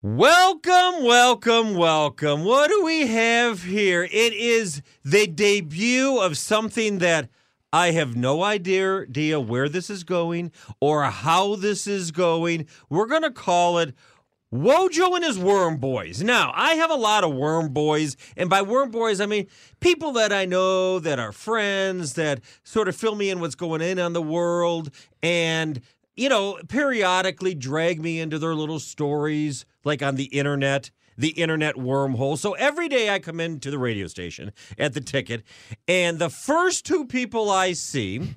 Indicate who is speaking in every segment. Speaker 1: Welcome, welcome, welcome. What do we have here? It is the debut of something that I have no idea, idea where this is going or how this is going. We're going to call it Wojo and his Worm Boys. Now, I have a lot of Worm Boys, and by Worm Boys, I mean people that I know, that are friends, that sort of fill me in what's going in on the world, and you know, periodically drag me into their little stories, like on the internet, the internet wormhole. So every day I come into the radio station at the ticket, and the first two people I see,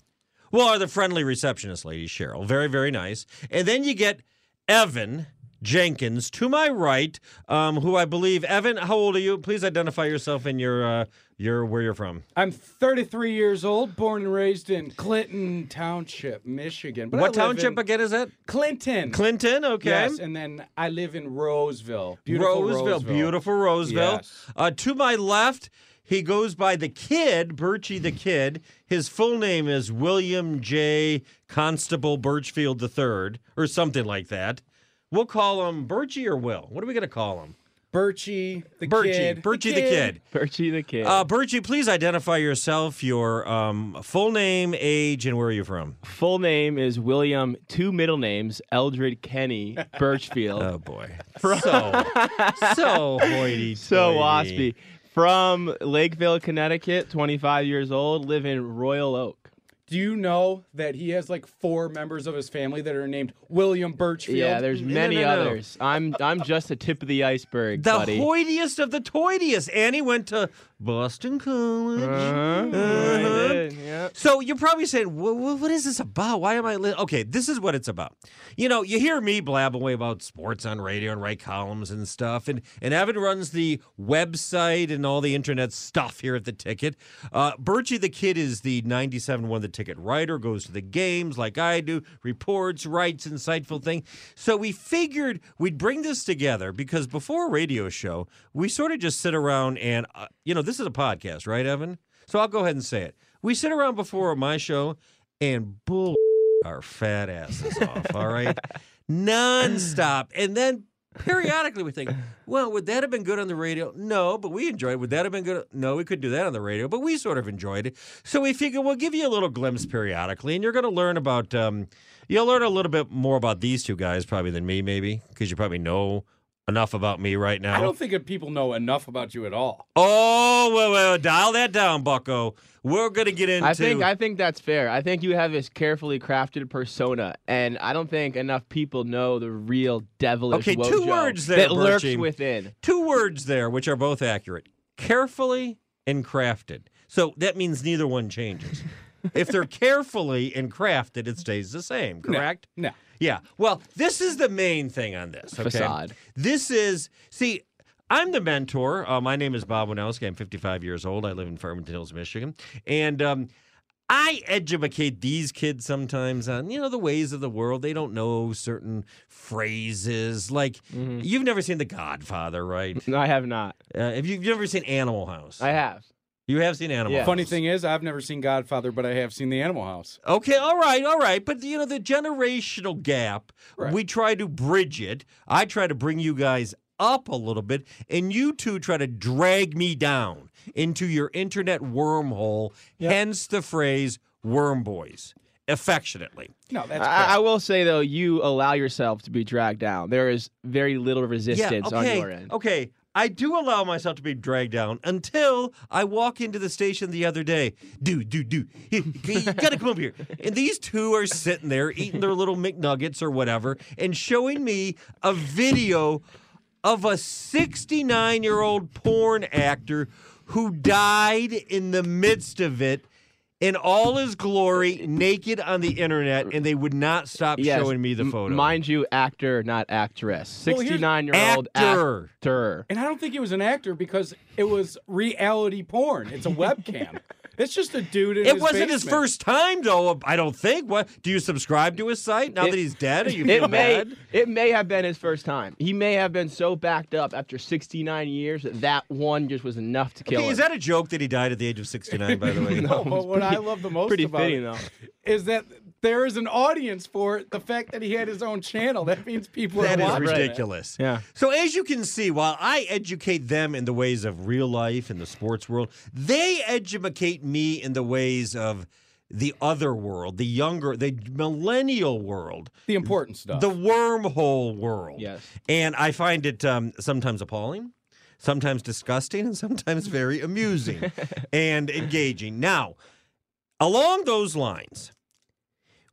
Speaker 1: well, are the friendly receptionist lady, Cheryl. Very, very nice. And then you get Evan Jenkins to my right, um, who I believe, Evan, how old are you? Please identify yourself and your, uh, your, where you're from.
Speaker 2: I'm 33 years old, born and raised in Clinton Township, Michigan. But I
Speaker 1: what
Speaker 2: live
Speaker 1: township
Speaker 2: in
Speaker 1: again is it?
Speaker 2: Clinton.
Speaker 1: Clinton, okay.
Speaker 2: Yes, and then I live in Roseville. Beautiful Roseville.
Speaker 1: Beautiful Roseville.
Speaker 2: Yes.
Speaker 1: Uh, to my left, he goes by the kid, Birchie the Kid. His full name is William J. Constable Birchfield III, or something like that. We'll call him Birchie or Will. What are we going to call him?
Speaker 2: Birchie, the
Speaker 1: Birchie.
Speaker 2: kid. the
Speaker 1: Birchie the kid.
Speaker 3: Birchie the kid.
Speaker 1: Uh, Birchie, please identify yourself, your um, full name, age, and where are you from?
Speaker 3: Full name is William, two middle names, Eldred Kenny Birchfield.
Speaker 1: Oh, boy. So, so hoity
Speaker 3: so waspy. From Lakeville, Connecticut, 25 years old, live in Royal Oak.
Speaker 2: Do you know that he has like four members of his family that are named William Birchfield?
Speaker 3: Yeah, there's
Speaker 1: no,
Speaker 3: many
Speaker 1: no, no.
Speaker 3: others. I'm I'm just the tip of the iceberg,
Speaker 1: The
Speaker 3: buddy.
Speaker 1: hoitiest of the toitiest. Annie went to Boston College. Uh-huh.
Speaker 3: yeah.
Speaker 1: So you're probably saying, "Wha- wha- what is this about? Why am I li-? okay? This is what it's about. You know, you hear me blab away about sports on radio and write columns and stuff, and and Evan runs the website and all the internet stuff here at the Ticket. Uh, Birchie the Kid is the '97 one, the Ticket writer, goes to the games like I do, reports, writes, insightful thing. So we figured we'd bring this together because before a radio show, we sort of just sit around and uh, you know, this is a podcast, right, Evan? So I'll go ahead and say it. We sit around before my show and bull our fat asses off, all right? Nonstop. And then periodically we think, well, would that have been good on the radio? No, but we enjoyed it. Would that have been good? No, we could do that on the radio, but we sort of enjoyed it. So we figure we'll give you a little glimpse periodically, and you're going to learn about, um, you'll learn a little bit more about these two guys probably than me, maybe, because you probably know enough about me right now.
Speaker 2: I don't think that people know enough about you at all.
Speaker 1: Oh, well, well, dial that down, Bucko. We're gonna get into.
Speaker 3: I think I think that's fair. I think you have this carefully crafted persona, and I don't think enough people know the real devilish
Speaker 1: Okay, two
Speaker 3: Wojo
Speaker 1: words there,
Speaker 3: that lurks
Speaker 1: Birchie.
Speaker 3: within.
Speaker 1: two words there, which are both accurate: carefully and crafted. So that means neither one changes. if they're carefully and crafted, it stays the same. Correct?
Speaker 2: No.
Speaker 1: Yeah. Well, this is the main thing on this. Okay?
Speaker 3: Facade.
Speaker 1: This is see. I'm the mentor. Uh, my name is Bob Winowski. I'm 55 years old. I live in Farmington Hills, Michigan, and um, I educate these kids sometimes on you know the ways of the world. They don't know certain phrases. Like
Speaker 3: Mm-hmm.
Speaker 1: you've never seen The Godfather, right?
Speaker 3: No, I have not.
Speaker 1: Uh, have you you've never seen Animal House?
Speaker 3: I have.
Speaker 1: you have seen Animal.
Speaker 3: Yeah.
Speaker 1: House.
Speaker 2: Funny thing is, I've never seen Godfather, but I have seen The Animal House.
Speaker 1: Okay, all right, all right. But, you know, the generational gap,
Speaker 2: Right.
Speaker 1: we try to bridge it. I try to bring you guys up a little bit, and you two try to drag me down into your internet wormhole, hence the phrase worm boys, affectionately.
Speaker 2: No, that's
Speaker 3: I, I will say though, you allow yourself to be dragged down. There is very little resistance
Speaker 1: yeah, okay,
Speaker 3: on your
Speaker 2: Oh,
Speaker 3: end.
Speaker 1: Okay. I do allow myself to be dragged down until I walk into the station the other day. Dude, dude, dude, you gotta come over here. And these two are sitting there eating their little McNuggets or whatever and showing me a video of a 69 year old porn actor who died in the midst of it in all his glory, naked on the internet, and they would not stop
Speaker 3: Yes.
Speaker 1: showing me the
Speaker 3: M-
Speaker 1: photo.
Speaker 3: Mind you, actor, not actress.
Speaker 2: Well, here's-
Speaker 3: 69 year old
Speaker 1: Actor.
Speaker 3: actor.
Speaker 2: And I don't think he was an actor because it was reality porn. It's a webcam. it's just a dude in
Speaker 1: It
Speaker 2: his
Speaker 1: wasn't his
Speaker 2: basement.
Speaker 1: first time, though. I don't think. What do you subscribe to his site now
Speaker 3: It-
Speaker 1: that he's dead? Are you feel
Speaker 3: It may,
Speaker 1: bad?
Speaker 3: it may have been his first time. He may have been so backed up after 69 years that that one just was enough to kill
Speaker 1: Okay,
Speaker 3: him.
Speaker 1: is that a joke that he died at the age of sixty-nine? By the way,
Speaker 2: No, Oh, but what I love the most
Speaker 3: Pretty
Speaker 2: about it
Speaker 3: fitting, though.
Speaker 2: is that there is an audience for it. The fact that he had his own channel that means people
Speaker 1: That
Speaker 2: are
Speaker 1: is
Speaker 2: watching. it.
Speaker 1: ridiculous.
Speaker 3: Yeah.
Speaker 1: So as you can see, while I educate them in the ways of real life and the sports world, they educate me in the ways of the other world, the younger, the millennial world,
Speaker 2: The important stuff.
Speaker 1: the wormhole world.
Speaker 3: Yes.
Speaker 1: And I find it um, sometimes appalling, sometimes disgusting, and sometimes very amusing and engaging. Now, along those lines,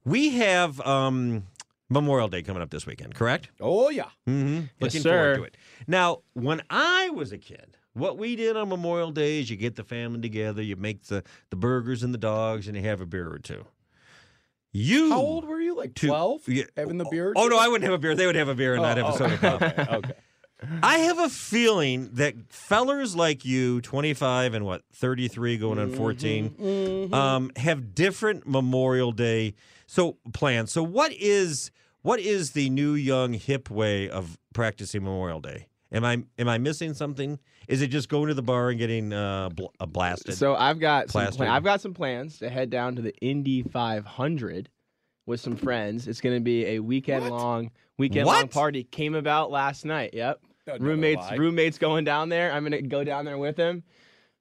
Speaker 1: we have um, Memorial Day coming up this weekend, correct?
Speaker 2: oh yeah.
Speaker 1: Mm-hmm. Looking
Speaker 3: sir.
Speaker 1: forward to it. Now, when I was a kid, what we did on Memorial Day is you get the family together, you make the, the burgers and the dogs, and you have a beer or two. You
Speaker 2: How old were you? Like
Speaker 1: to-
Speaker 2: twelve?
Speaker 1: Hmm. yeah,
Speaker 2: Having the beer?
Speaker 1: Oh no, I wouldn't have a beer. They would have a beer and
Speaker 2: Oh,
Speaker 1: I'd have a
Speaker 2: oh,
Speaker 1: soda pop.
Speaker 2: okay, okay.
Speaker 1: I have a feeling that fellers like you, 25 and what, 33 going on 14,
Speaker 2: Mm-hmm,
Speaker 1: um, have different Memorial Day so plans. So what is what is the new young hip way of practicing Memorial Day? Am I am I missing something? Is it just going to the bar and getting uh, bl- uh, blasted?
Speaker 3: So I've got some
Speaker 1: Plastered.
Speaker 3: pla- I've got some plans to head down to the Indy 500 with some friends. It's going to be a weekend long weekend long
Speaker 1: What?
Speaker 3: party. Came about last night. Yep.
Speaker 2: Another
Speaker 3: roommates
Speaker 2: Oh, lie.
Speaker 3: roommates going down there. I'm going to go down there with them.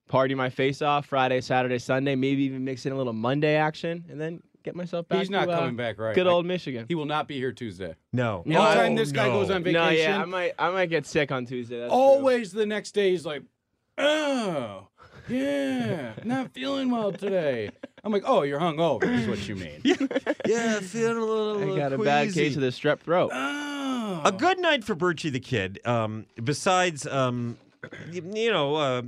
Speaker 3: Party my face off Friday, Saturday, Sunday. Maybe even mix in a little Monday action, and then get myself back.
Speaker 2: He's not
Speaker 3: to, uh,
Speaker 2: coming back, right?
Speaker 3: Good
Speaker 2: I-
Speaker 3: old Michigan.
Speaker 2: He will not be here Tuesday.
Speaker 1: no.
Speaker 3: No, I-
Speaker 2: Anytime this guy
Speaker 1: no.
Speaker 2: goes on vacation,
Speaker 3: No, yeah, I might I might get sick on Tuesday. That's true.
Speaker 2: always the next day he's like, oh, yeah, not feeling well today. I'm like, oh, you're hungover is what you mean.
Speaker 1: Yeah, feeling a little.
Speaker 3: I got a bad
Speaker 1: queasy.
Speaker 3: case of the strep throat.
Speaker 2: Oh.
Speaker 1: A good night for Birchie the Kid. Um, besides, um, you, you know, uh,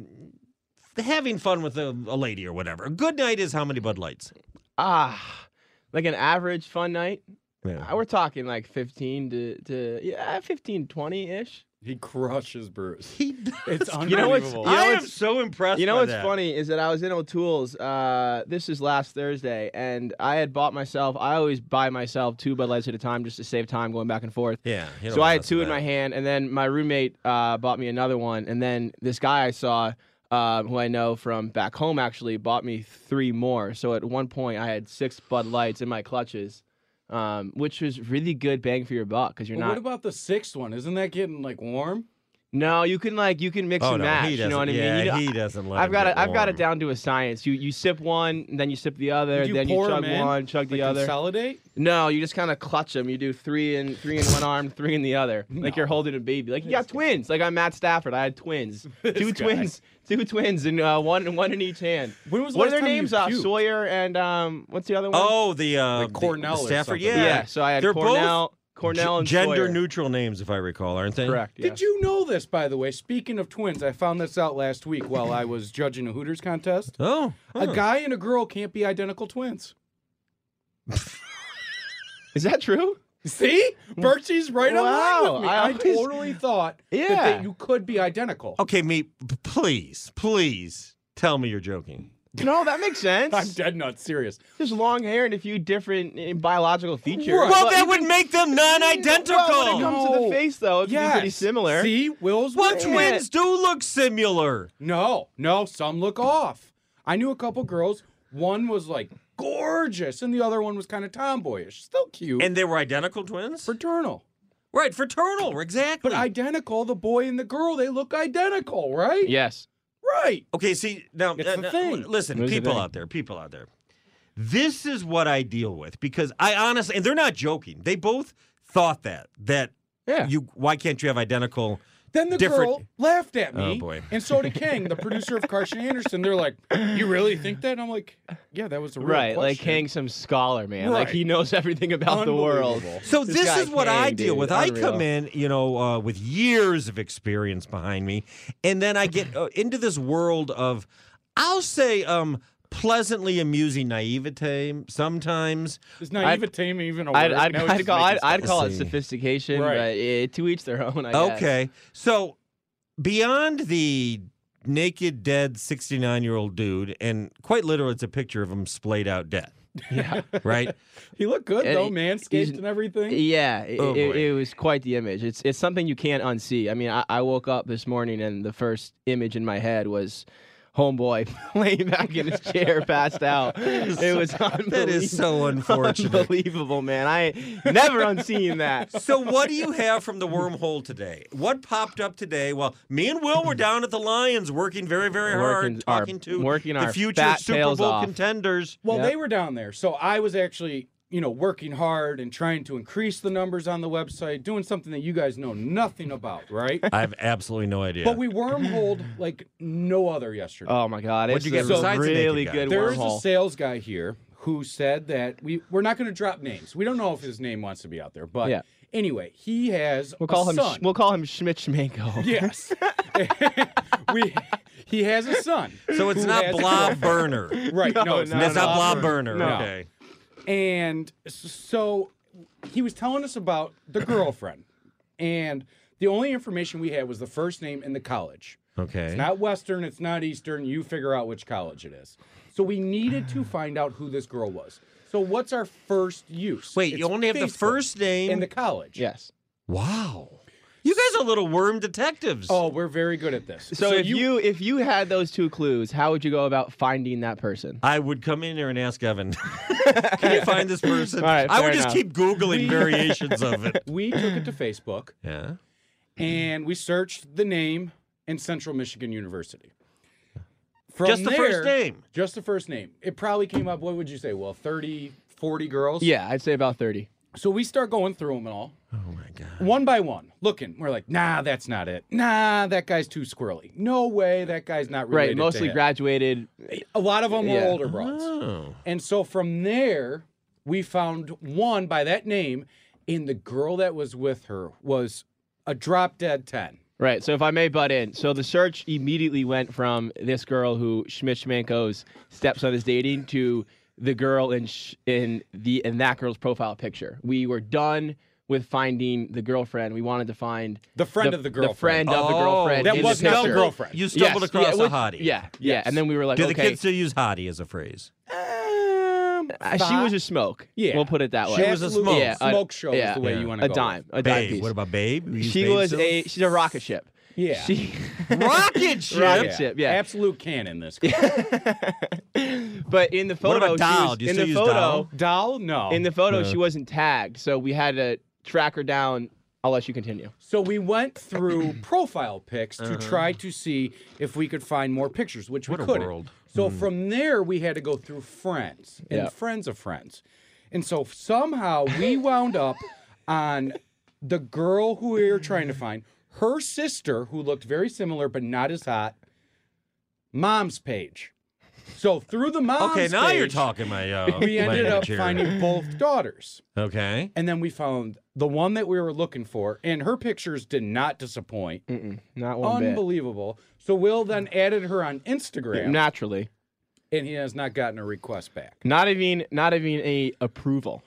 Speaker 1: having fun with a, a lady or whatever. A good night is how many Bud Lights?
Speaker 3: Ah, like an average fun night.
Speaker 1: Yeah.
Speaker 3: Uh, We're talking like 15 to, to yeah, 15, 20 ish.
Speaker 2: He crushes Bruce.
Speaker 1: He,
Speaker 2: It's unbelievable.
Speaker 3: You know what's- you know
Speaker 1: I am
Speaker 3: what's-
Speaker 1: so impressed.
Speaker 3: You know
Speaker 1: by
Speaker 3: what's
Speaker 1: that.
Speaker 3: funny is that I was in O'Toole's, uh, this is last Thursday, and I had bought myself, I always buy myself two Bud Lights at a time just to save time going back and forth.
Speaker 1: Yeah. you
Speaker 3: So
Speaker 1: don't
Speaker 3: I
Speaker 1: mess
Speaker 3: had
Speaker 1: with
Speaker 3: two in
Speaker 1: that.
Speaker 3: my hand, and then my roommate uh, bought me another one, and then this guy I saw, um, who I know from back home actually, bought me three more. So at one point I had six Bud Lights in my clutches, um, which was really good bang for your buck because you're
Speaker 2: But
Speaker 3: not.
Speaker 2: what about the sixth one? Isn't that getting like warm?
Speaker 3: no, you can like you can mix
Speaker 1: Oh
Speaker 3: and
Speaker 1: no,
Speaker 3: match.
Speaker 1: he
Speaker 3: You
Speaker 1: doesn't.
Speaker 3: know what I mean?
Speaker 1: yeah,
Speaker 3: You know-
Speaker 1: he doesn't. Let
Speaker 3: I've
Speaker 1: him
Speaker 3: got
Speaker 1: get
Speaker 3: it. I've got it
Speaker 1: warm.
Speaker 3: down to a science. You you sip one, and then you sip the other,
Speaker 2: Did you
Speaker 3: then you
Speaker 2: pour
Speaker 3: chug
Speaker 2: 'em in?
Speaker 3: one, chug the
Speaker 2: Like
Speaker 3: other.
Speaker 2: Consolidate?
Speaker 3: No, you just kind of clutch them. You do three in three in one arm, three in the other, like you're holding a baby. Like you got twins. Like I'm Matt Stafford. I had twins, two
Speaker 2: guy.
Speaker 3: twins, two twins, and uh, one one in each hand.
Speaker 2: When was the
Speaker 3: what
Speaker 2: last
Speaker 3: are their
Speaker 2: time you
Speaker 3: names? Uh,
Speaker 2: puked?
Speaker 3: Sawyer and um, what's the other one?
Speaker 1: Oh, the uh,
Speaker 2: Like Cornell
Speaker 1: the,
Speaker 2: or
Speaker 1: Stafford.
Speaker 2: something.
Speaker 1: Yeah.
Speaker 3: yeah. So I had
Speaker 1: They're
Speaker 3: Cornell,
Speaker 1: both
Speaker 3: Cornell, and
Speaker 1: gender
Speaker 3: Sawyer.
Speaker 1: neutral names, if I recall, aren't they?
Speaker 3: Correct. Yeah.
Speaker 2: Did you know this, by the way? Speaking of twins, I found this out last week while I was judging a Hooters contest.
Speaker 1: Oh,
Speaker 2: A
Speaker 1: huh.
Speaker 2: guy and a girl can't be identical twins.
Speaker 3: Is that true?
Speaker 2: See, Birchie's right on line
Speaker 3: Wow,
Speaker 2: with me.
Speaker 3: I
Speaker 2: I,
Speaker 3: always-
Speaker 2: totally thought that
Speaker 3: Yeah.
Speaker 2: they, you could be identical.
Speaker 1: Okay, me. Please, please tell me you're joking.
Speaker 3: No, that makes sense.
Speaker 2: I'm dead nuts serious.
Speaker 3: Just long hair and a few different uh, biological features.
Speaker 2: Right.
Speaker 1: Well,
Speaker 3: But
Speaker 1: that
Speaker 3: even-
Speaker 1: would make them non-identical.
Speaker 3: Well, when it comes to the
Speaker 2: No.
Speaker 3: face, though, it'd
Speaker 2: Yeah,
Speaker 3: be pretty similar.
Speaker 2: See, Will's
Speaker 1: What
Speaker 2: right.
Speaker 1: twins do look similar?
Speaker 2: No, no, some look off. I knew a couple girls. One was like gorgeous, and the other one was kind of tomboyish. Still cute.
Speaker 1: And they were identical twins?
Speaker 2: fraternal.
Speaker 1: right, fraternal, exactly.
Speaker 2: But
Speaker 3: Hmm.
Speaker 2: identical, the boy and the girl, they look identical, right?
Speaker 3: Yes.
Speaker 2: Right.
Speaker 1: okay, see, now,
Speaker 2: It's
Speaker 1: uh,
Speaker 2: the
Speaker 1: now,
Speaker 2: thing.
Speaker 1: listen,
Speaker 3: It's the
Speaker 1: people
Speaker 3: thing.
Speaker 1: out there, people out there. This is what I deal with because I honestly, and they're not joking. They both thought that, that
Speaker 3: Yeah.
Speaker 1: you, why can't you have identical?
Speaker 2: Then the
Speaker 1: Different-
Speaker 2: girl laughed at me.
Speaker 1: Oh, boy.
Speaker 2: And so did King, the producer of Carson Anderson. They're like, You really think that? And I'm like, Yeah, that was a real
Speaker 3: Right, like
Speaker 2: question."
Speaker 3: Kang's some scholar, man. Like
Speaker 2: Right.
Speaker 3: he knows everything about the world.
Speaker 2: Unbelievable.
Speaker 1: So
Speaker 3: This
Speaker 1: this,
Speaker 3: guy
Speaker 1: is what
Speaker 3: Kang,
Speaker 1: I deal
Speaker 3: dude,
Speaker 1: with. I come
Speaker 3: unreal.
Speaker 1: in, you know, uh, with years of experience behind me, and then I get uh, into this world of, I'll say, um, pleasantly amusing naivete sometimes.
Speaker 2: Is naivete even a word?
Speaker 3: I'd, I'd,
Speaker 2: Now it's
Speaker 3: I'd
Speaker 2: just
Speaker 3: call, I'd,
Speaker 2: making
Speaker 3: I'd
Speaker 2: stuff
Speaker 3: call
Speaker 2: up.
Speaker 3: it
Speaker 1: See.
Speaker 3: sophistication,
Speaker 2: Right.
Speaker 3: but eh, to each their own. I guess.
Speaker 1: Okay. So beyond the naked dead 69 year old dude, and quite literally it's a picture of him splayed out dead,
Speaker 3: Yeah.
Speaker 1: right?
Speaker 2: He looked good
Speaker 3: And
Speaker 2: though,
Speaker 3: he- he's-
Speaker 2: manscaped and everything.
Speaker 3: Yeah, it,
Speaker 1: Oh,
Speaker 3: it,
Speaker 1: boy.
Speaker 3: it was quite the image. It's it's something you can't unsee. I mean, I, I woke up this morning and the first image in my head was homeboy laying back in his chair, passed out. It was unbelievable.
Speaker 1: that is so unfortunate.
Speaker 3: unbelievable, man. I ain't never unseen that.
Speaker 1: So what do you have from the wormhole today? What popped up today? Well, me and Will were down at the Lions working very, very hard,
Speaker 3: Working our-
Speaker 1: talking to
Speaker 3: working
Speaker 1: the
Speaker 3: our
Speaker 1: future
Speaker 3: fat
Speaker 1: Super
Speaker 3: tails
Speaker 1: Bowl
Speaker 3: off.
Speaker 1: contenders.
Speaker 2: Well,
Speaker 3: Yep.
Speaker 2: they were down there, so I was actually, you know, working hard and trying to increase the numbers on the website, doing something that you guys know nothing about, right?
Speaker 1: I have absolutely no idea.
Speaker 2: But we wormholed like no other yesterday.
Speaker 3: Oh my god,
Speaker 1: What'd
Speaker 3: it's
Speaker 1: you get
Speaker 3: a
Speaker 1: besides the naked
Speaker 3: really
Speaker 1: guy?
Speaker 3: good
Speaker 2: There's a
Speaker 3: wormhole.
Speaker 2: sales guy here who said that we we're not going to drop names. We don't know if his name wants to be out there, but
Speaker 3: Yeah.
Speaker 2: anyway, he has.
Speaker 3: we'll call
Speaker 2: a
Speaker 3: him.
Speaker 2: Son.
Speaker 3: Sh- we'll call him Schmidt Schmanko.
Speaker 2: yes. we. He has a son.
Speaker 1: so it's
Speaker 2: who
Speaker 1: not
Speaker 2: has a
Speaker 1: Blob
Speaker 2: girlfriend.
Speaker 1: Burner.
Speaker 2: Right. No,
Speaker 3: No,
Speaker 2: it's
Speaker 3: no,
Speaker 2: not
Speaker 1: That's not Blob
Speaker 2: Blob
Speaker 1: Burner. Okay.
Speaker 2: And s- so he was telling us about the girlfriend. And the only information we had was the first name and the college.
Speaker 1: Okay.
Speaker 2: It's not Western, it's not Eastern. You figure out which college it is. So we needed to find out who this girl was. So what's our first use?
Speaker 1: Wait,
Speaker 2: It's
Speaker 1: you only have the
Speaker 2: Facebook
Speaker 1: first name
Speaker 2: and the college.
Speaker 3: Yes.
Speaker 1: Wow. You guys are little worm detectives.
Speaker 2: Oh, we're very good at this.
Speaker 3: So, if you, if you had those two clues, how would you go about finding that person?
Speaker 1: I would come in here and ask Evan, can you find this person?
Speaker 3: All right,
Speaker 1: I would
Speaker 3: fair
Speaker 1: just
Speaker 3: enough.
Speaker 1: keep Googling variations of it.
Speaker 2: we took it to Facebook
Speaker 1: Yeah.
Speaker 2: and we searched the name and Central Michigan University. From
Speaker 1: Just the first
Speaker 2: there-
Speaker 1: name.
Speaker 2: Just the first name. It probably came up, what would you say? Well, 30, 40 girls.
Speaker 3: Yeah, I'd say about thirty.
Speaker 2: So we start going through them and all,
Speaker 1: Oh my God.
Speaker 2: one by one, looking. We're like, nah, that's not it. Nah, that guy's too squirrely. No way, that guy's not
Speaker 3: Right,
Speaker 2: related. to
Speaker 3: mostly
Speaker 2: him."
Speaker 3: graduated.
Speaker 2: A lot of them were
Speaker 3: Yeah.
Speaker 2: older broads.
Speaker 1: Oh.
Speaker 2: And so from there, we found one by that name, and the girl that was with her was a drop dead 10.
Speaker 3: Right, so if I may butt in, so the search immediately went from this girl who Schmidt Schmanko's stepson is dating to the girl in sh- in the in that girl's profile picture. We were done with finding the girlfriend. We wanted to find
Speaker 2: The friend of the girlfriend.
Speaker 3: the friend of the girlfriend.
Speaker 1: Oh,
Speaker 2: That
Speaker 3: in
Speaker 2: was
Speaker 3: the
Speaker 2: not the
Speaker 3: picture.
Speaker 2: girlfriend.
Speaker 1: You
Speaker 3: Yes,
Speaker 1: stumbled across
Speaker 3: yeah,
Speaker 1: a
Speaker 3: which-
Speaker 1: hottie.
Speaker 3: Yeah, yeah, and then we were like,
Speaker 1: Do the
Speaker 3: okay,
Speaker 1: kids still use hottie as a phrase?
Speaker 2: Um,
Speaker 3: Uh, she was a smoke.
Speaker 2: Yeah.
Speaker 3: we'll put it that way.
Speaker 2: She
Speaker 1: was a
Speaker 2: Absolute
Speaker 1: smoke. Yeah,
Speaker 3: a-
Speaker 2: smoke show is
Speaker 3: yeah,
Speaker 2: the way
Speaker 1: yeah.
Speaker 2: you want to
Speaker 3: a
Speaker 2: go.
Speaker 3: dime, a dime
Speaker 1: Babe.
Speaker 3: piece.
Speaker 1: What about babe? We use
Speaker 3: she
Speaker 1: babe
Speaker 3: was
Speaker 1: still?
Speaker 3: a she's a rocket ship.
Speaker 2: Yeah.
Speaker 3: She
Speaker 1: rocket ship.
Speaker 3: Rocket ship. yeah.
Speaker 2: Absolute cannon, this girl.
Speaker 3: But in the
Speaker 1: What
Speaker 3: photo,
Speaker 1: about
Speaker 3: she
Speaker 1: doll?
Speaker 3: was,
Speaker 1: Do you
Speaker 3: in
Speaker 1: still
Speaker 3: the
Speaker 1: use
Speaker 3: photo,
Speaker 1: doll?
Speaker 2: Doll? No.
Speaker 3: in the photo, she wasn't tagged, so we had to track her down. I'll let you continue.
Speaker 2: So we went through profile pics to
Speaker 3: Uh-huh.
Speaker 2: try to see if we could find more pictures, which
Speaker 1: What a
Speaker 2: we couldn't.
Speaker 1: world.
Speaker 2: So from there, we had to go through friends and
Speaker 3: Hmm. Yeah.
Speaker 2: friends of friends, and so somehow we wound up on the girl who we were trying to find, her sister who looked very similar but not as hot, mom's page. So through the mom's
Speaker 1: Okay, now you're
Speaker 2: page,
Speaker 1: talking my. Uh,
Speaker 2: We ended
Speaker 1: language
Speaker 2: up
Speaker 1: here.
Speaker 2: finding both daughters.
Speaker 1: Okay.
Speaker 2: And then we found the one that we were looking for, and her pictures did not disappoint.
Speaker 3: Not one bit.
Speaker 2: Unbelievable. So Will then added her on Instagram,
Speaker 3: Naturally,
Speaker 2: and he has not gotten a request back.
Speaker 3: not even not even a approval.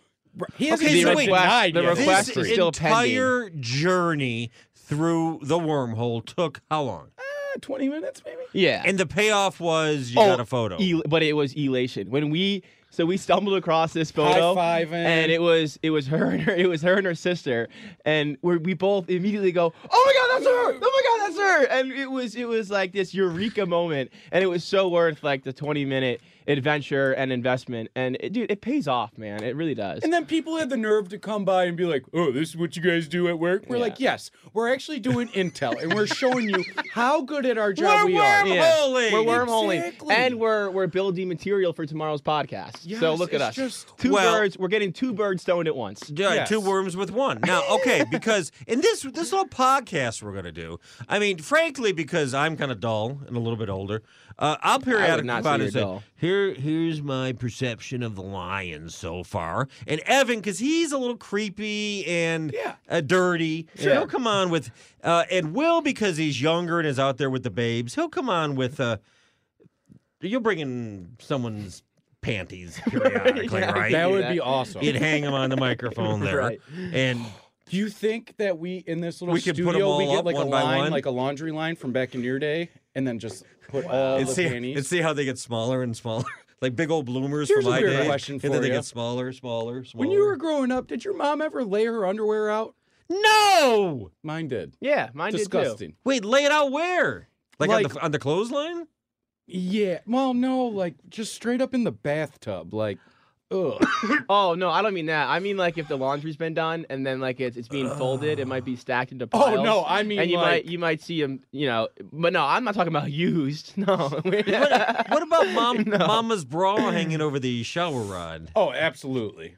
Speaker 2: He
Speaker 1: hasn't
Speaker 2: okay,
Speaker 1: even been
Speaker 2: so wait,
Speaker 3: denied yet.
Speaker 2: this-
Speaker 3: request
Speaker 1: This
Speaker 3: is still pending.
Speaker 1: entire journey through the wormhole took how long?
Speaker 2: uh, Twenty minutes, maybe.
Speaker 3: Yeah.
Speaker 1: And the payoff was you got a photo.
Speaker 3: el- Oh, e-, but it was elation when we so we stumbled across this photo,
Speaker 2: High-fiving.
Speaker 3: and it was it was her and her it was her and her sister, and we we both immediately go, oh my god, that's her! Oh my god, that's her! And it was it was like this eureka moment, and it was so worth like the twenty minute adventure and investment, and it, dude, it pays off, man, it really does.
Speaker 2: And then people had the nerve to come by and be like, "Oh, this is what you guys do at work." We're
Speaker 3: Yeah.
Speaker 2: like, "Yes, we're actually doing intel, and we're showing you how good at our
Speaker 1: We're
Speaker 2: job we are."
Speaker 1: wormholing.
Speaker 3: We're wormholing,
Speaker 2: Exactly.
Speaker 3: and we're we're building material for tomorrow's podcast. so
Speaker 2: Yes,
Speaker 3: look at
Speaker 2: it's
Speaker 3: us,
Speaker 2: just-
Speaker 3: two
Speaker 1: Well-
Speaker 3: birds. We're getting two birds stoned at once.
Speaker 1: Yeah,
Speaker 2: Yes.
Speaker 1: two worms with one. Now, okay, because in this this little podcast we're gonna do, I mean, frankly, because I'm kind of dull and a little bit older, uh, I'll periodically
Speaker 3: not
Speaker 1: come out and
Speaker 3: say you're
Speaker 1: say,
Speaker 3: dull.
Speaker 1: "Here, here's my perception of the Lions so far." And Evan, because he's a little creepy and
Speaker 2: Yeah.
Speaker 1: uh, dirty,
Speaker 3: Sure.
Speaker 1: he'll come on with, uh, and Will because he's younger and is out there with the babes, he'll come on with. Uh, You're bringing someone's panties periodically,
Speaker 3: Yeah,
Speaker 1: right?
Speaker 2: that
Speaker 3: do
Speaker 2: would
Speaker 3: that.
Speaker 2: be awesome.
Speaker 1: You'd hang them on the microphone there,
Speaker 3: Right.
Speaker 1: and
Speaker 2: Do you think that we in this little
Speaker 1: We could put 'em
Speaker 2: studio we
Speaker 1: all
Speaker 2: get
Speaker 1: up
Speaker 2: like a
Speaker 1: one by
Speaker 2: line,
Speaker 1: one?
Speaker 2: like a laundry line from back in your day, and then just put all
Speaker 1: and
Speaker 2: the
Speaker 1: see
Speaker 2: panties?
Speaker 1: and see how they get smaller and smaller, like big old bloomers
Speaker 2: Here's a
Speaker 1: for my
Speaker 2: weird
Speaker 1: day,
Speaker 2: question
Speaker 1: and
Speaker 2: for
Speaker 1: then they
Speaker 2: ya.
Speaker 1: get smaller, smaller, smaller.
Speaker 2: when you were growing up, did your mom ever lay her underwear out?
Speaker 1: no,
Speaker 2: Mine did.
Speaker 3: Yeah, mine did too.
Speaker 2: Disgusting.
Speaker 1: wait, lay it out where? Like, on,
Speaker 3: Like-
Speaker 1: the, on the clothesline?
Speaker 2: Yeah. Well, no, like just straight up in the bathtub, like. Ugh.
Speaker 3: Oh no, I don't mean that. I mean like if the laundry's been done and then like it's it's being folded, it might be stacked into piles.
Speaker 2: oh no, I mean,
Speaker 3: and you
Speaker 2: like,
Speaker 3: might you might see them, you know. But no, I'm not talking about used. No.
Speaker 1: What, what about mom,
Speaker 3: No.
Speaker 1: mama's bra hanging over the shower rod?
Speaker 2: oh, absolutely.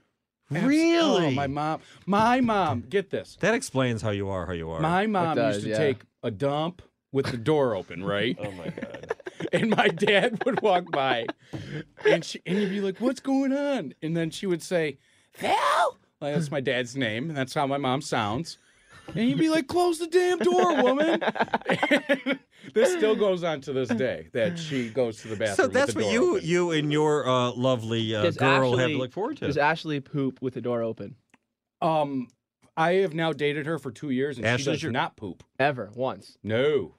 Speaker 2: Abs-
Speaker 1: Really?
Speaker 2: Oh, my mom. My mom. Get this.
Speaker 1: That explains how you are, how you are.
Speaker 2: My mom
Speaker 3: does,
Speaker 2: used to
Speaker 3: yeah.
Speaker 2: take a dump with the door open, right?
Speaker 1: oh my god.
Speaker 2: and my dad would walk by, and she and you'd be like, "What's going on?" And then she would say, "Val." Like, that's my dad's name, and that's how my mom sounds. And you'd be like, "Close the damn door, woman." this still goes on to this day that she goes to the bathroom.
Speaker 1: So
Speaker 2: with
Speaker 1: that's
Speaker 2: the
Speaker 1: what
Speaker 2: door
Speaker 1: you
Speaker 2: open.
Speaker 1: you and your uh, lovely uh,
Speaker 3: Does
Speaker 1: girl have
Speaker 3: Ashley-
Speaker 1: to look forward to.
Speaker 3: Does Ashley poop with the door open?
Speaker 2: Um, I have now dated her for two years, and she
Speaker 1: Ashley's
Speaker 2: does
Speaker 1: your-
Speaker 2: not poop.
Speaker 3: Ever once?
Speaker 2: No,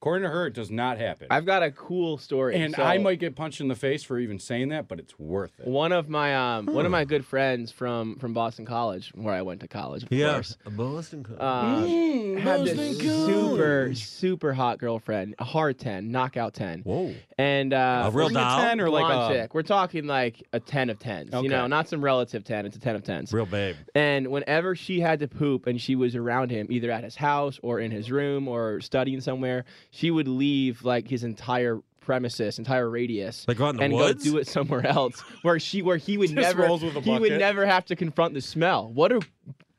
Speaker 2: according to her, it does not happen.
Speaker 3: I've got a cool story.
Speaker 2: and
Speaker 3: So-
Speaker 2: I might get punched in the face for even saying that, but it's worth it.
Speaker 3: One of my um,
Speaker 2: Hmm.
Speaker 3: one of my good friends from from Boston College, where I went to college, of course.
Speaker 1: a Boston College.
Speaker 3: Um,
Speaker 2: Mm,
Speaker 3: had
Speaker 2: Boston
Speaker 3: this super
Speaker 2: College.
Speaker 3: super hot girlfriend, a hard ten, knockout ten,
Speaker 1: Whoa.
Speaker 3: and uh,
Speaker 1: A real
Speaker 2: Wasn't it
Speaker 1: doll?
Speaker 2: 10 or like
Speaker 3: blonde
Speaker 2: a-
Speaker 3: chick. We're talking like a ten of tens,
Speaker 2: Okay.
Speaker 3: you know, not some relative ten. It's a ten of tens.
Speaker 1: Real babe.
Speaker 3: And whenever she had to poop and she was around him, either at his house or in his room or studying somewhere, she would leave like his entire premises, entire radius,
Speaker 1: Like go out in the
Speaker 3: and
Speaker 1: woods?
Speaker 3: go do it somewhere else where she where he would
Speaker 2: Just
Speaker 3: never
Speaker 2: rolls with a
Speaker 3: he would
Speaker 2: bucket.
Speaker 3: never have to confront the smell. What a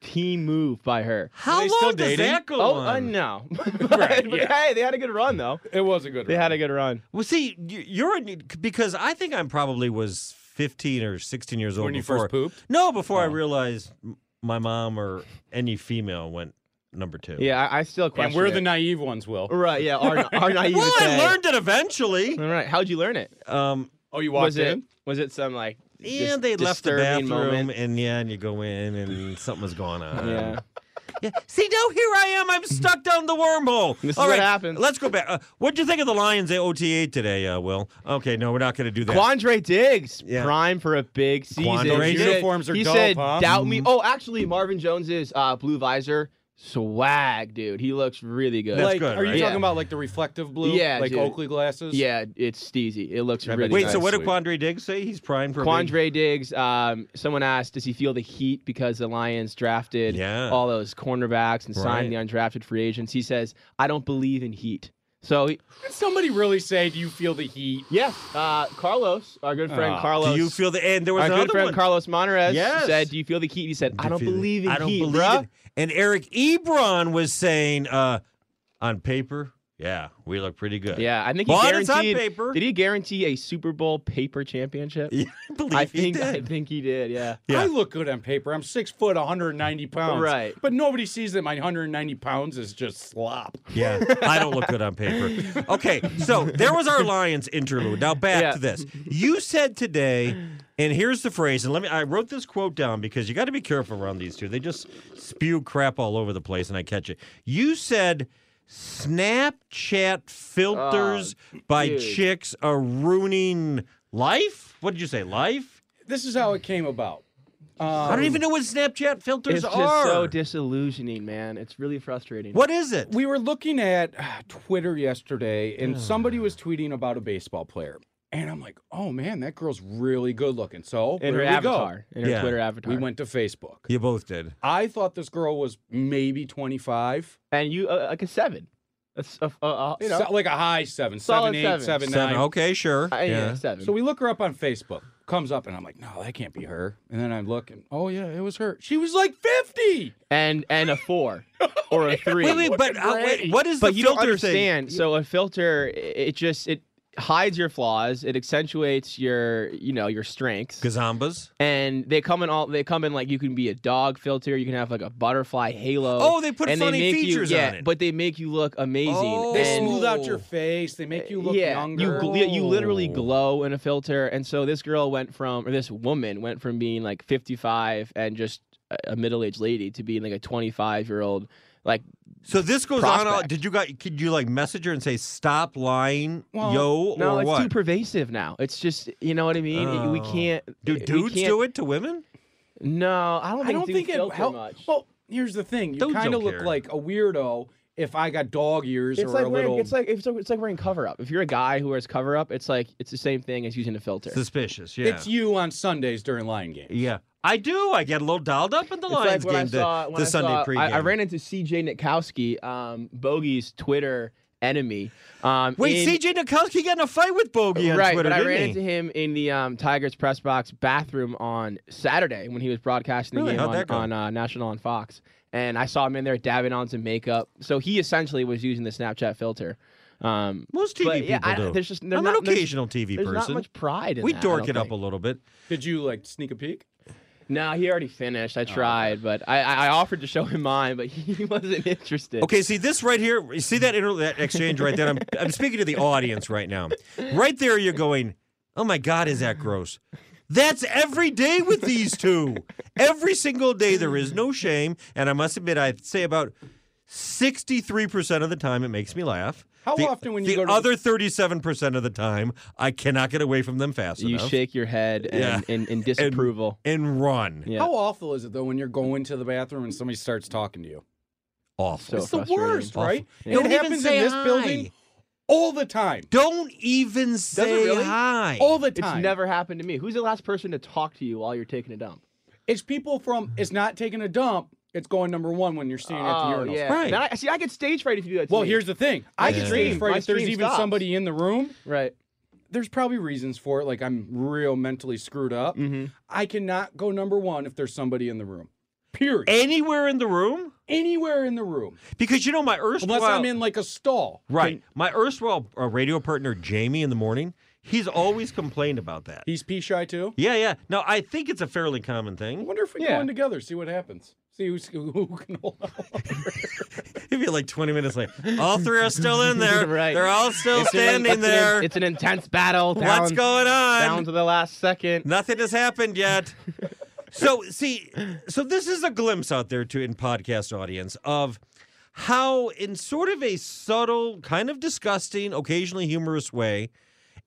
Speaker 3: team move by her.
Speaker 1: How
Speaker 2: they
Speaker 1: long
Speaker 2: still
Speaker 1: does
Speaker 2: dating?
Speaker 1: that go
Speaker 3: Oh
Speaker 1: on?
Speaker 3: uh, no! but,
Speaker 2: Right,
Speaker 3: but
Speaker 2: yeah.
Speaker 3: hey, they had a good run though.
Speaker 2: It was a good.
Speaker 3: They
Speaker 2: run.
Speaker 3: had a good run.
Speaker 1: Well, see, y- you're a, because I think I'm probably was 15 or 16 years old
Speaker 2: when you
Speaker 1: before.
Speaker 2: first pooped.
Speaker 1: No, before
Speaker 3: Oh.
Speaker 1: I realized m- my mom or any female went number two.
Speaker 3: Yeah, I, I still question.
Speaker 2: And we're the
Speaker 3: it.
Speaker 2: naive ones, Will.
Speaker 3: right. Yeah, our, our naive.
Speaker 1: Well, I learned it eventually.
Speaker 3: All right, how'd you learn it?
Speaker 1: Um,
Speaker 2: Oh, you
Speaker 3: was it was it some like? dis-
Speaker 1: and they left the
Speaker 3: disturbing
Speaker 1: bathroom,
Speaker 3: moment?
Speaker 1: and yeah, and you go in, and something was going on.
Speaker 3: Yeah.
Speaker 1: Yeah. See, now here I am. I'm stuck down the wormhole.
Speaker 3: This is
Speaker 1: All
Speaker 3: what
Speaker 1: right,
Speaker 3: happens.
Speaker 1: Let's go back. Uh, what'd you think of the Lions at OTA today, uh, Will? Okay, no, we're not going to do that.
Speaker 3: Quandre Diggs,
Speaker 1: Yeah.
Speaker 3: prime for a big season.
Speaker 1: Quandre
Speaker 3: He
Speaker 1: Diggs. Mm-hmm.
Speaker 2: Uniforms are
Speaker 3: he
Speaker 2: dope,
Speaker 3: said,
Speaker 2: huh?
Speaker 3: "Doubt me." Oh, actually, Marvin Jones's uh, blue visor, swag, dude. He looks really good.
Speaker 1: That's
Speaker 2: like,
Speaker 1: good,
Speaker 2: are you
Speaker 1: right?
Speaker 3: Yeah.
Speaker 2: talking about like the reflective blue?
Speaker 3: Yeah,
Speaker 2: like
Speaker 3: dude.
Speaker 2: Oakley glasses.
Speaker 3: yeah, it's steezy. It looks really.
Speaker 1: Wait,
Speaker 3: nice.
Speaker 1: so what did
Speaker 2: sweet.
Speaker 1: Quandre Diggs say? He's primed for a big-
Speaker 3: Quandre Diggs, um, someone asked, does he feel the heat because the Lions drafted
Speaker 1: Yeah.
Speaker 3: all those cornerbacks and signed the undrafted free agents? He says, I don't believe in heat. So, he-
Speaker 2: Did somebody really say, "Do you feel the heat?"
Speaker 3: yes, uh, Carlos, our good friend
Speaker 2: Oh.
Speaker 3: Carlos.
Speaker 1: Do you feel the and there was
Speaker 3: our
Speaker 1: another
Speaker 3: good friend
Speaker 1: one.
Speaker 3: Carlos Monterez
Speaker 1: Yes.
Speaker 3: said, "Do you feel the heat?" He said, "I don't believe in
Speaker 1: I don't
Speaker 3: heat,
Speaker 1: believe
Speaker 3: bruh."
Speaker 1: it. And Eric Ebron was saying, uh, on paper, yeah, we look pretty good.
Speaker 3: Yeah, I think he
Speaker 1: But it's on
Speaker 3: guaranteed.
Speaker 1: paper.
Speaker 3: Did he guarantee a Super Bowl paper championship?
Speaker 1: Yeah, I believe
Speaker 3: I
Speaker 1: he
Speaker 3: think I
Speaker 1: did.
Speaker 3: think he did. Yeah.
Speaker 2: I
Speaker 1: Yeah.
Speaker 2: look good on paper. I'm six foot, 190 pounds.
Speaker 3: Right.
Speaker 2: But nobody sees that my 190 pounds is just slop.
Speaker 1: Yeah, I don't look good on paper. Okay, so there was our Lions interlude. Now back
Speaker 3: Yeah.
Speaker 1: to this. You said today, and here's the phrase, and let me I wrote this quote down because you got to be careful around these two. They just spew crap all over the place and I catch it. You said Snapchat filters by
Speaker 3: Oh, dude.
Speaker 1: chicks are ruining life? What did you say? Life?
Speaker 2: This is how it came about. Um,
Speaker 1: I don't even know what Snapchat filters
Speaker 3: It's just
Speaker 1: are.
Speaker 3: so disillusioning, man. It's really frustrating.
Speaker 1: what is it?
Speaker 2: We were looking at uh, Twitter yesterday, and somebody was tweeting about a baseball player, and I'm like, "Oh man, that girl's really good looking." So where
Speaker 3: In her
Speaker 2: do we
Speaker 3: avatar, in her
Speaker 1: Yeah.
Speaker 3: Twitter avatar.
Speaker 2: Go? We went to Facebook.
Speaker 1: You both did.
Speaker 2: I thought this girl was maybe 25.
Speaker 3: and you uh, like a seven. That's a, a, a- you know,
Speaker 2: So- like a high seven, seven,
Speaker 3: Solid
Speaker 2: eight,
Speaker 3: seven.
Speaker 2: seven,
Speaker 1: Seven.
Speaker 2: nine.
Speaker 1: Okay, sure.
Speaker 3: I- uh, yeah, seven.
Speaker 2: So we look her up on Facebook. Comes up, and I'm like, no, that can't be her. And then I look, and oh yeah, it was her. She was like 50.
Speaker 3: and and a four or a three.
Speaker 1: Wait, wait, but uh, wait, what is
Speaker 3: but
Speaker 1: the
Speaker 3: you don't
Speaker 1: filter thing?
Speaker 3: understand. So a filter, i- it just it hides your flaws. It accentuates your, you know, your strengths.
Speaker 1: Gazombas.
Speaker 3: And they come in all. They come in like you can be a dog filter. You can have like a butterfly halo.
Speaker 1: Oh, they put
Speaker 3: and
Speaker 1: funny
Speaker 3: they make
Speaker 1: features
Speaker 3: you, yeah,
Speaker 1: on it.
Speaker 3: But they make you look amazing.
Speaker 1: Oh.
Speaker 2: They
Speaker 3: and-
Speaker 2: smooth out your face. They make you look
Speaker 3: yeah,
Speaker 2: younger.
Speaker 3: You, gl- you literally
Speaker 1: Oh.
Speaker 3: glow in a filter. And so this girl went from, or this woman went from being like 55 and just a- a middle aged lady to being like a 25 year old. Like,
Speaker 1: So this goes on. all-
Speaker 3: Prospect.
Speaker 1: Did you got? Could you like message her and say stop lying,
Speaker 2: Well,
Speaker 1: yo,
Speaker 3: no,
Speaker 1: or
Speaker 3: it's
Speaker 1: what?
Speaker 3: too pervasive now. It's just, you know what I mean? It- we
Speaker 1: Oh.
Speaker 3: can't.
Speaker 1: do dudes do it to women?
Speaker 3: it? No, I don't think,
Speaker 2: I don't think it
Speaker 3: filter
Speaker 2: help.
Speaker 3: much.
Speaker 2: Well, here's the thing. You
Speaker 1: Dudes
Speaker 2: kind of
Speaker 1: don't
Speaker 2: look
Speaker 1: care.
Speaker 2: like a weirdo if I got dog ears
Speaker 3: It's
Speaker 2: or
Speaker 3: like,
Speaker 2: a
Speaker 3: wearing,
Speaker 2: little.
Speaker 3: it's like it's like it's like wearing cover up. If you're a guy who wears cover up, it's like it's the same thing as using a filter.
Speaker 1: Suspicious. Yeah.
Speaker 2: It's you on Sundays during Lion Game.
Speaker 1: yeah. I do. I get a little dialed up in the
Speaker 3: It's like
Speaker 1: Lions
Speaker 3: when I
Speaker 1: game. the-
Speaker 3: saw-
Speaker 1: the
Speaker 3: when I
Speaker 1: Sunday
Speaker 3: saw-
Speaker 1: pregame.
Speaker 3: I, I ran into CJ Nitkowski, um, Bogey's Twitter enemy. Um,
Speaker 1: Wait,
Speaker 3: in-
Speaker 1: CJ Nikowski got in a fight with Bogey on
Speaker 3: right,
Speaker 1: Twitter,
Speaker 3: but I
Speaker 1: didn't
Speaker 3: ran
Speaker 1: he?
Speaker 3: into him in the um, Tigers press box bathroom on Saturday when he was broadcasting the
Speaker 1: Really?
Speaker 3: game
Speaker 1: How'd that
Speaker 3: on,
Speaker 1: go?
Speaker 3: on uh, National on Fox, and I saw him in there dabbing on some makeup. So he essentially was using the Snapchat filter. Um,
Speaker 1: Most TV
Speaker 3: but, yeah,
Speaker 1: people
Speaker 3: I-
Speaker 1: do.
Speaker 3: There's just they're
Speaker 1: I'm
Speaker 3: not,
Speaker 1: an
Speaker 3: there's-
Speaker 1: occasional TV
Speaker 3: There's not
Speaker 1: person.
Speaker 3: much pride in
Speaker 1: we
Speaker 3: that, I
Speaker 1: dork
Speaker 3: don't
Speaker 1: it up a
Speaker 3: think.
Speaker 1: little bit.
Speaker 2: Did you like sneak a peek?
Speaker 3: No, he already finished.
Speaker 1: Oh,
Speaker 3: I tried, but I, I I offered to show him mine, but he wasn't interested.
Speaker 1: Okay, see this right here. You see that inter- that exchange right there. I'm I'm speaking to the audience right now. Right there, you're going. Oh my God, is that gross? That's every day with these two. Every single day, there is no shame, and I must admit, I'd say about. 63% of the time it makes me laugh.
Speaker 2: How
Speaker 1: The-
Speaker 2: often when you
Speaker 1: the
Speaker 2: go to the-
Speaker 1: other 37% of the time I cannot get away from them fast
Speaker 3: you
Speaker 1: enough
Speaker 3: shake your head and,
Speaker 1: Yeah.
Speaker 3: in, in disapproval.
Speaker 1: and run.
Speaker 3: yeah.
Speaker 2: How awful is it though when you're going to the bathroom and somebody starts talking to you?
Speaker 1: Awful.
Speaker 3: So
Speaker 2: It's the
Speaker 3: frustrating.
Speaker 2: worst,
Speaker 1: Awful.
Speaker 2: right?
Speaker 1: Yeah. Don't
Speaker 2: It
Speaker 1: even
Speaker 2: happens
Speaker 1: say
Speaker 2: in this
Speaker 1: hi.
Speaker 2: building all the time.
Speaker 1: Don't even say
Speaker 3: really?
Speaker 1: hi.
Speaker 2: All the
Speaker 3: it's
Speaker 2: time.
Speaker 3: never happened to me. Who's the last person to talk to you while you're taking a dump?
Speaker 2: It's people from. It's not taking a dump. It's going number one when you're standing at the urinal.
Speaker 1: Right.
Speaker 3: Oh, Then I, see, I get stage fright if you do that. To
Speaker 2: Well,
Speaker 3: me.
Speaker 2: here's the thing. I
Speaker 3: My
Speaker 2: get
Speaker 3: stream-
Speaker 2: stage fright
Speaker 3: my
Speaker 2: if there's
Speaker 3: stream
Speaker 2: even
Speaker 3: stops.
Speaker 2: somebody in the room.
Speaker 3: right.
Speaker 2: There's probably reasons for it. Like I'm real mentally screwed up.
Speaker 3: Mm-hmm.
Speaker 2: I cannot go number one if there's somebody in the room. Period.
Speaker 1: Anywhere in the room?
Speaker 2: Anywhere in the room,
Speaker 1: Because you know my erstwhile
Speaker 2: unless I'm in like a stall.
Speaker 1: right. my erstwhile uh, radio partner Jamie in the morning. He's always complained about that.
Speaker 2: He's pea shy too.
Speaker 1: Yeah, yeah. No, I think it's a fairly common
Speaker 2: I
Speaker 1: thing.
Speaker 2: wonder if we
Speaker 3: Yeah.
Speaker 2: go in together, see what happens. See who's, who who can hold out.
Speaker 1: It'd be like 20 minutes late. All three are still in there.
Speaker 3: Right.
Speaker 1: They're all still
Speaker 3: It's an-
Speaker 1: standing
Speaker 3: it's an-
Speaker 1: there.
Speaker 3: it's an intense battle. Down,
Speaker 1: What's going on?
Speaker 3: Down to the last second.
Speaker 1: Nothing has happened yet. so see, so this is a glimpse out there to in podcast audience of how, in sort of a subtle, kind of disgusting, occasionally humorous way,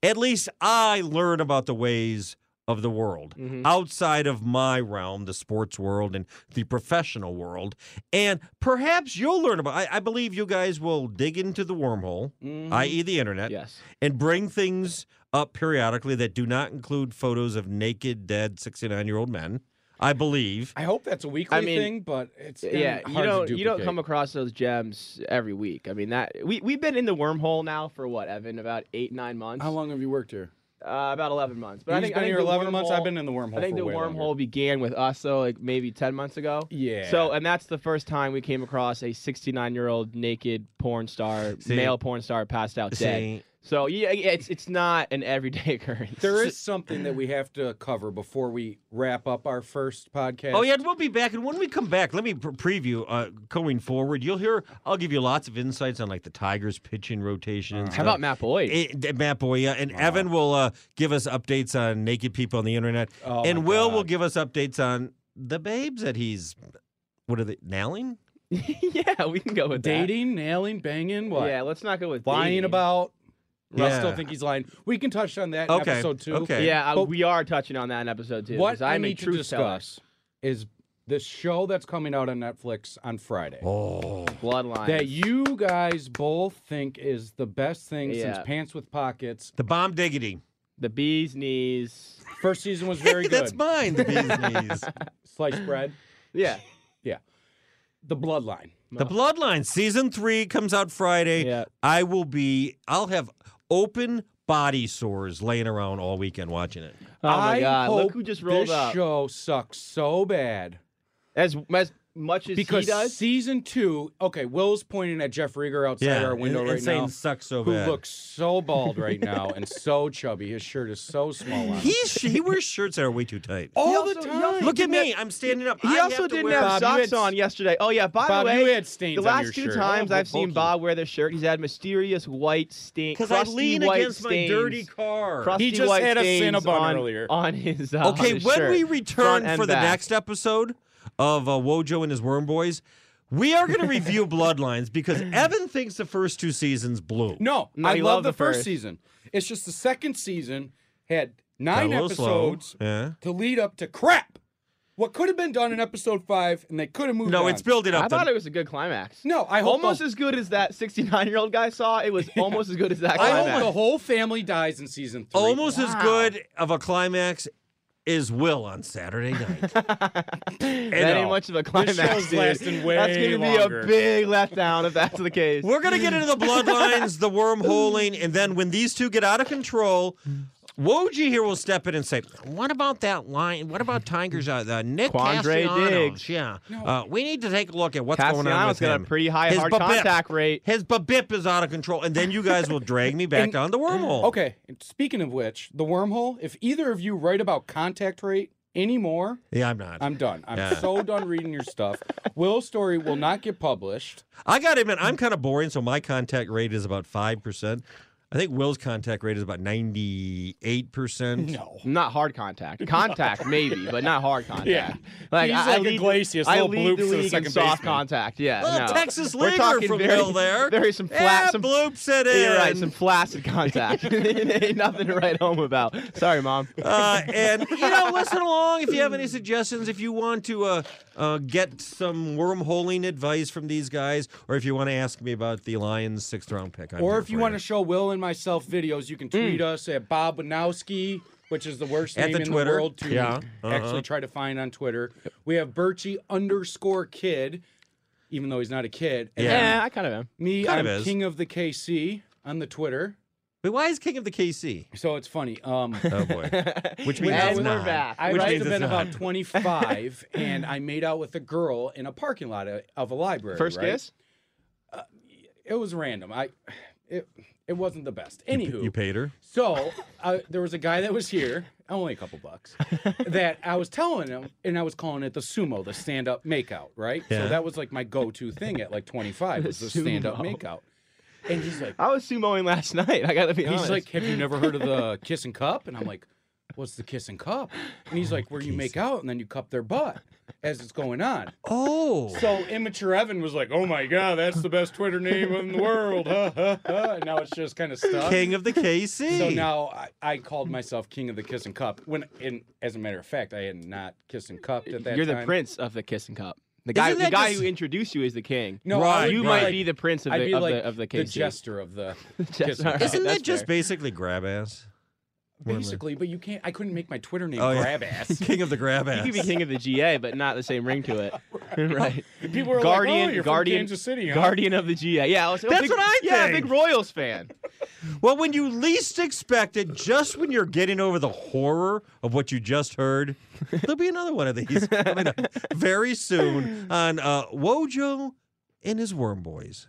Speaker 1: at least I learn about the ways of the world outside of my realm, the sports world and the professional world. And perhaps you'll learn about. I, I believe you guys will dig into the wormhole, i.e., the internet
Speaker 3: Yes.
Speaker 1: and bring things up periodically that do not include photos of naked, dead 69 year old men, I believe.
Speaker 2: I hope that's a weekly
Speaker 3: I mean,
Speaker 2: thing, but it's kinda
Speaker 3: Yeah, you
Speaker 2: hard to
Speaker 3: don't you don't
Speaker 2: duplicate.
Speaker 3: come across those gems every week. I mean that we we've been in the wormhole now for what Evan about eight nine months.
Speaker 2: How long have you worked here?
Speaker 3: Uh, about eleven months. But I
Speaker 2: He's
Speaker 3: think, I
Speaker 2: been
Speaker 3: think
Speaker 2: here
Speaker 3: the
Speaker 2: 11 months. I've
Speaker 3: wormhole-
Speaker 2: been in the wormhole
Speaker 3: I think
Speaker 2: for
Speaker 3: the
Speaker 2: way
Speaker 3: wormhole
Speaker 2: longer.
Speaker 3: began with us though, like maybe ten months ago.
Speaker 2: Yeah.
Speaker 3: So, and that's the first time we came across a 69 year old naked porn star,
Speaker 1: See?
Speaker 3: male porn star, passed out dead.
Speaker 1: See?
Speaker 3: So, yeah, yeah, it's it's not an everyday occurrence.
Speaker 2: There is something that we have to cover before we wrap up our first podcast.
Speaker 1: Oh, yeah, and we'll be back. And when we come back, let me pre- preview uh, going forward. You'll hear, I'll give you lots of insights on like the Tigers pitching rotation. and
Speaker 3: How
Speaker 1: stuff.
Speaker 3: about Matt Boyd?
Speaker 1: It- th- Matt Boya and Evan will uh, give us updates on naked people on the internet,
Speaker 2: Oh,
Speaker 1: and
Speaker 2: my
Speaker 1: Will will
Speaker 2: God.
Speaker 1: give us updates on the babes that he's. What are they nailing?
Speaker 3: yeah, we can go with that.
Speaker 2: Dating, nailing, banging, what?
Speaker 3: Yeah, let's not go with
Speaker 2: lying
Speaker 3: dating.
Speaker 2: about. I still
Speaker 1: Yeah.
Speaker 2: think he's lying. We can touch on that in
Speaker 1: Okay,
Speaker 2: episode two.
Speaker 1: okay.
Speaker 3: Yeah, I-
Speaker 2: But-
Speaker 3: we are touching on that in episode two.
Speaker 2: What
Speaker 3: 'cause I'm
Speaker 2: I
Speaker 3: a
Speaker 2: need to
Speaker 3: truth teller.
Speaker 2: discuss is this show that's coming out on Netflix on Friday
Speaker 1: Oh,
Speaker 3: Bloodline.
Speaker 2: that you guys both think is the best thing
Speaker 3: Yeah.
Speaker 2: since Pants with Pockets.
Speaker 1: the bomb diggity.
Speaker 3: the bee's knees.
Speaker 2: First season was very
Speaker 1: That's
Speaker 2: good.
Speaker 1: mine. The bee's knees.
Speaker 2: Sliced bread.
Speaker 3: Yeah.
Speaker 2: Yeah. The bloodline.
Speaker 1: The Bloodline season three comes out Friday.
Speaker 3: Yeah.
Speaker 1: I will be. I'll have open body sores laying around all weekend watching it.
Speaker 3: Oh my
Speaker 2: I
Speaker 3: God! Look
Speaker 2: hope
Speaker 3: who just rolled
Speaker 2: this
Speaker 3: up.
Speaker 2: show sucks so bad.
Speaker 3: As as much as
Speaker 2: because
Speaker 3: he does.
Speaker 2: season two, okay, Will's pointing at Jeff Rieger outside our window
Speaker 1: and,
Speaker 2: right
Speaker 1: and saying
Speaker 2: now,
Speaker 1: sucks so
Speaker 2: who
Speaker 1: bad.
Speaker 2: looks so bald right now and so chubby. His shirt is so small. On him.
Speaker 1: He's, he wears shirts that are way too tight.
Speaker 2: all
Speaker 3: He
Speaker 2: the
Speaker 3: also- he
Speaker 2: time.
Speaker 3: also
Speaker 1: Look at
Speaker 3: didn't
Speaker 1: me. I'm standing up. I
Speaker 3: He
Speaker 1: have
Speaker 3: also
Speaker 1: to
Speaker 3: didn't
Speaker 1: wear-
Speaker 2: Bob,
Speaker 3: have
Speaker 2: you
Speaker 3: socks
Speaker 2: had-
Speaker 3: on yesterday. Oh yeah, by
Speaker 2: Bob,
Speaker 3: the way,
Speaker 2: you had stains
Speaker 3: the
Speaker 2: on your
Speaker 3: last two
Speaker 2: shirt.
Speaker 3: times
Speaker 1: Oh,
Speaker 3: I've
Speaker 1: bulky.
Speaker 3: seen Bob wear this shirt, he's had mysterious white stain.
Speaker 1: Because I
Speaker 3: crusty
Speaker 1: lean
Speaker 3: white
Speaker 1: against
Speaker 3: stains,
Speaker 1: my dirty car.
Speaker 3: crusty
Speaker 2: He just
Speaker 3: white
Speaker 2: had a
Speaker 3: stains
Speaker 2: Cinnabon
Speaker 3: on,
Speaker 2: earlier.
Speaker 3: on his. Uh, on
Speaker 1: Okay,
Speaker 3: his
Speaker 1: when
Speaker 3: shirt,
Speaker 1: we
Speaker 3: front
Speaker 1: return
Speaker 3: and
Speaker 1: for the
Speaker 3: back.
Speaker 1: next episode of uh, Wojo and his Worm Boys, we are going to review Bloodlines because Evan thinks the first two seasons blew.
Speaker 2: No,
Speaker 3: No,
Speaker 2: I
Speaker 3: you
Speaker 2: love
Speaker 3: love
Speaker 2: the
Speaker 3: the
Speaker 2: first
Speaker 3: first.
Speaker 2: season. It's just the second season had
Speaker 1: Got a
Speaker 2: nine
Speaker 1: little slow.
Speaker 2: episodes
Speaker 1: Yeah.
Speaker 2: to lead up to crap. What could have been done in episode five, and they could have moved.
Speaker 1: No,
Speaker 2: on.
Speaker 1: it's building up.
Speaker 3: I thought
Speaker 1: the-
Speaker 3: it was a good climax.
Speaker 2: No, I hope
Speaker 3: almost
Speaker 2: the,
Speaker 3: as good as that 69 year old guy saw. It was almost as good as that
Speaker 2: I hope
Speaker 3: climax.
Speaker 2: the whole family dies in season three.
Speaker 1: almost as good of a climax is Will on Saturday night.
Speaker 3: that ain't much of a climax.
Speaker 2: show's
Speaker 3: dude.
Speaker 2: lasting way
Speaker 3: that's gonna
Speaker 2: longer.
Speaker 3: be a big letdown if that's the case.
Speaker 1: We're going to get into the Bloodlines, the wormholing, and then when these two get out of control. Woji here will step in and say, "What about that line? What about Tiger's uh, the Nick
Speaker 3: Quandre
Speaker 1: Castellanos?
Speaker 3: Diggs.
Speaker 1: Yeah, uh, we need to take a look at what's going on with
Speaker 3: Castellanos got
Speaker 1: him.
Speaker 3: a pretty high
Speaker 1: His
Speaker 3: hard
Speaker 1: BABIP.
Speaker 3: contact rate.
Speaker 1: His babip is out of control, and then you guys will drag me back
Speaker 2: And-
Speaker 1: down the wormhole.
Speaker 2: Okay. and Speaking of which, the wormhole. If either of you write about contact rate anymore,
Speaker 1: Yeah, I'm not.
Speaker 2: I'm done. I'm
Speaker 1: Yeah.
Speaker 2: so done reading your stuff. Will's story will not get published.
Speaker 1: I got to admit,
Speaker 3: Mm.
Speaker 1: I'm kind of boring, so my contact rate is about five percent. I think Will's contact rate is about ninety-eight percent.
Speaker 2: No.
Speaker 3: Not hard contact. Contact, maybe, but not hard contact.
Speaker 2: Yeah.
Speaker 3: Like,
Speaker 2: He's
Speaker 3: I, I
Speaker 2: like a
Speaker 3: lead,
Speaker 2: Iglesias,
Speaker 3: I
Speaker 2: little bloops
Speaker 3: lead
Speaker 2: to
Speaker 3: the
Speaker 2: the
Speaker 3: league in
Speaker 2: second
Speaker 3: soft
Speaker 2: baseman.
Speaker 3: contact. Yeah.
Speaker 1: Little
Speaker 3: no.
Speaker 1: Oh, Texas
Speaker 3: We're
Speaker 1: leaguer
Speaker 3: talking
Speaker 1: from
Speaker 3: very,
Speaker 1: Will there.
Speaker 3: Very some flat.
Speaker 1: yeah,
Speaker 3: some,
Speaker 1: bloops it in.
Speaker 3: yeah, you're right. Some flaccid contact. Ain't nothing to write home about. Sorry, mom.
Speaker 1: uh, and you know, listen along if you have any suggestions. If you want to uh, uh, get some wormholing advice from these guys, or if you want to ask me about the Lions' sixth round pick, I'm
Speaker 2: Or
Speaker 1: here
Speaker 2: if you
Speaker 1: for
Speaker 2: want to show Will and myself videos, you can tweet us at Bob Wanowski, which is the worst
Speaker 1: At
Speaker 2: name
Speaker 1: the
Speaker 2: in
Speaker 1: Twitter.
Speaker 2: the world to
Speaker 1: Yeah, uh-huh.
Speaker 2: actually try to find on Twitter. We have Birchie underscore kid, even though he's not a kid. And
Speaker 1: Yeah.
Speaker 3: I kind of am.
Speaker 2: Me,
Speaker 1: Kind
Speaker 2: I'm
Speaker 1: of is.
Speaker 2: king of the KC on the Twitter.
Speaker 1: But why is King of the KC?
Speaker 2: So it's funny. Um,
Speaker 1: Oh boy, which means
Speaker 3: And
Speaker 1: it's
Speaker 3: we're
Speaker 1: not.
Speaker 3: back.
Speaker 2: I
Speaker 1: Which
Speaker 2: must
Speaker 1: means
Speaker 2: have
Speaker 1: it's
Speaker 2: been
Speaker 1: not.
Speaker 2: about 25, and I made out with a girl in a parking lot of, of a library.
Speaker 3: First
Speaker 2: right?
Speaker 3: kiss?
Speaker 2: It was random. I, it, it wasn't the best. Anywho,
Speaker 1: You paid her.
Speaker 2: So uh, there was a guy that was here, only a couple bucks, that I was telling him, and I was calling it the sumo, the stand up makeout, right?
Speaker 1: Yeah.
Speaker 2: So that was like my go to thing at like 25 was the
Speaker 3: sumo. Oh
Speaker 2: stand up makeout. And he's like,
Speaker 3: I was sumoing last night. I gotta be honest.
Speaker 2: he's like, have you never heard of the kiss and cup? And I'm like, what's the kiss and cup? And he's like, where you make out and then you cup their butt as it's going on.
Speaker 1: Oh,
Speaker 2: So immature Evan was like, oh my god, that's the best Twitter name in the world. Ha, ha, ha. And now it's just kind of stuck.
Speaker 1: King of the KC.
Speaker 2: So now I, I called myself king of the kiss and cup. When, in as a matter of fact, I had not kissed and cupped at that
Speaker 3: You're
Speaker 2: time.
Speaker 3: the prince of the kissing cup. The guy,
Speaker 1: Isn't
Speaker 3: the
Speaker 1: that
Speaker 3: guy
Speaker 1: just-
Speaker 3: who introduced you is the king.
Speaker 2: No,
Speaker 1: Right,
Speaker 2: I would
Speaker 3: you
Speaker 1: right.
Speaker 3: might
Speaker 2: like-
Speaker 3: be the prince of
Speaker 2: I'd
Speaker 3: the
Speaker 2: be
Speaker 3: of,
Speaker 2: like
Speaker 3: the of the
Speaker 2: the
Speaker 3: KC.
Speaker 2: jester of the
Speaker 3: Jester,
Speaker 2: kiss and cup.
Speaker 3: alright.
Speaker 1: Isn't
Speaker 3: that's
Speaker 1: that just
Speaker 3: fair.
Speaker 1: basically grab ass?
Speaker 2: basically? But you can't. I couldn't make my Twitter name
Speaker 1: Oh, yeah.
Speaker 2: grab ass.
Speaker 1: King of the grab
Speaker 3: You
Speaker 1: ass.
Speaker 3: could be king of the GA, but not the same ring to it. right.
Speaker 2: People are
Speaker 3: Guardian,
Speaker 2: like, oh, you're
Speaker 3: Guardian,
Speaker 2: from Kansas City, huh?
Speaker 3: Guardian of the GA. Yeah, I was,
Speaker 1: That's
Speaker 3: big,
Speaker 1: what I
Speaker 3: Yeah,
Speaker 1: think.
Speaker 3: big Royals fan.
Speaker 1: Well, when you least expect it, just when you're getting over the horror of what you just heard, there'll be another one of these coming up very soon on uh, Wojo and his Worm Boys.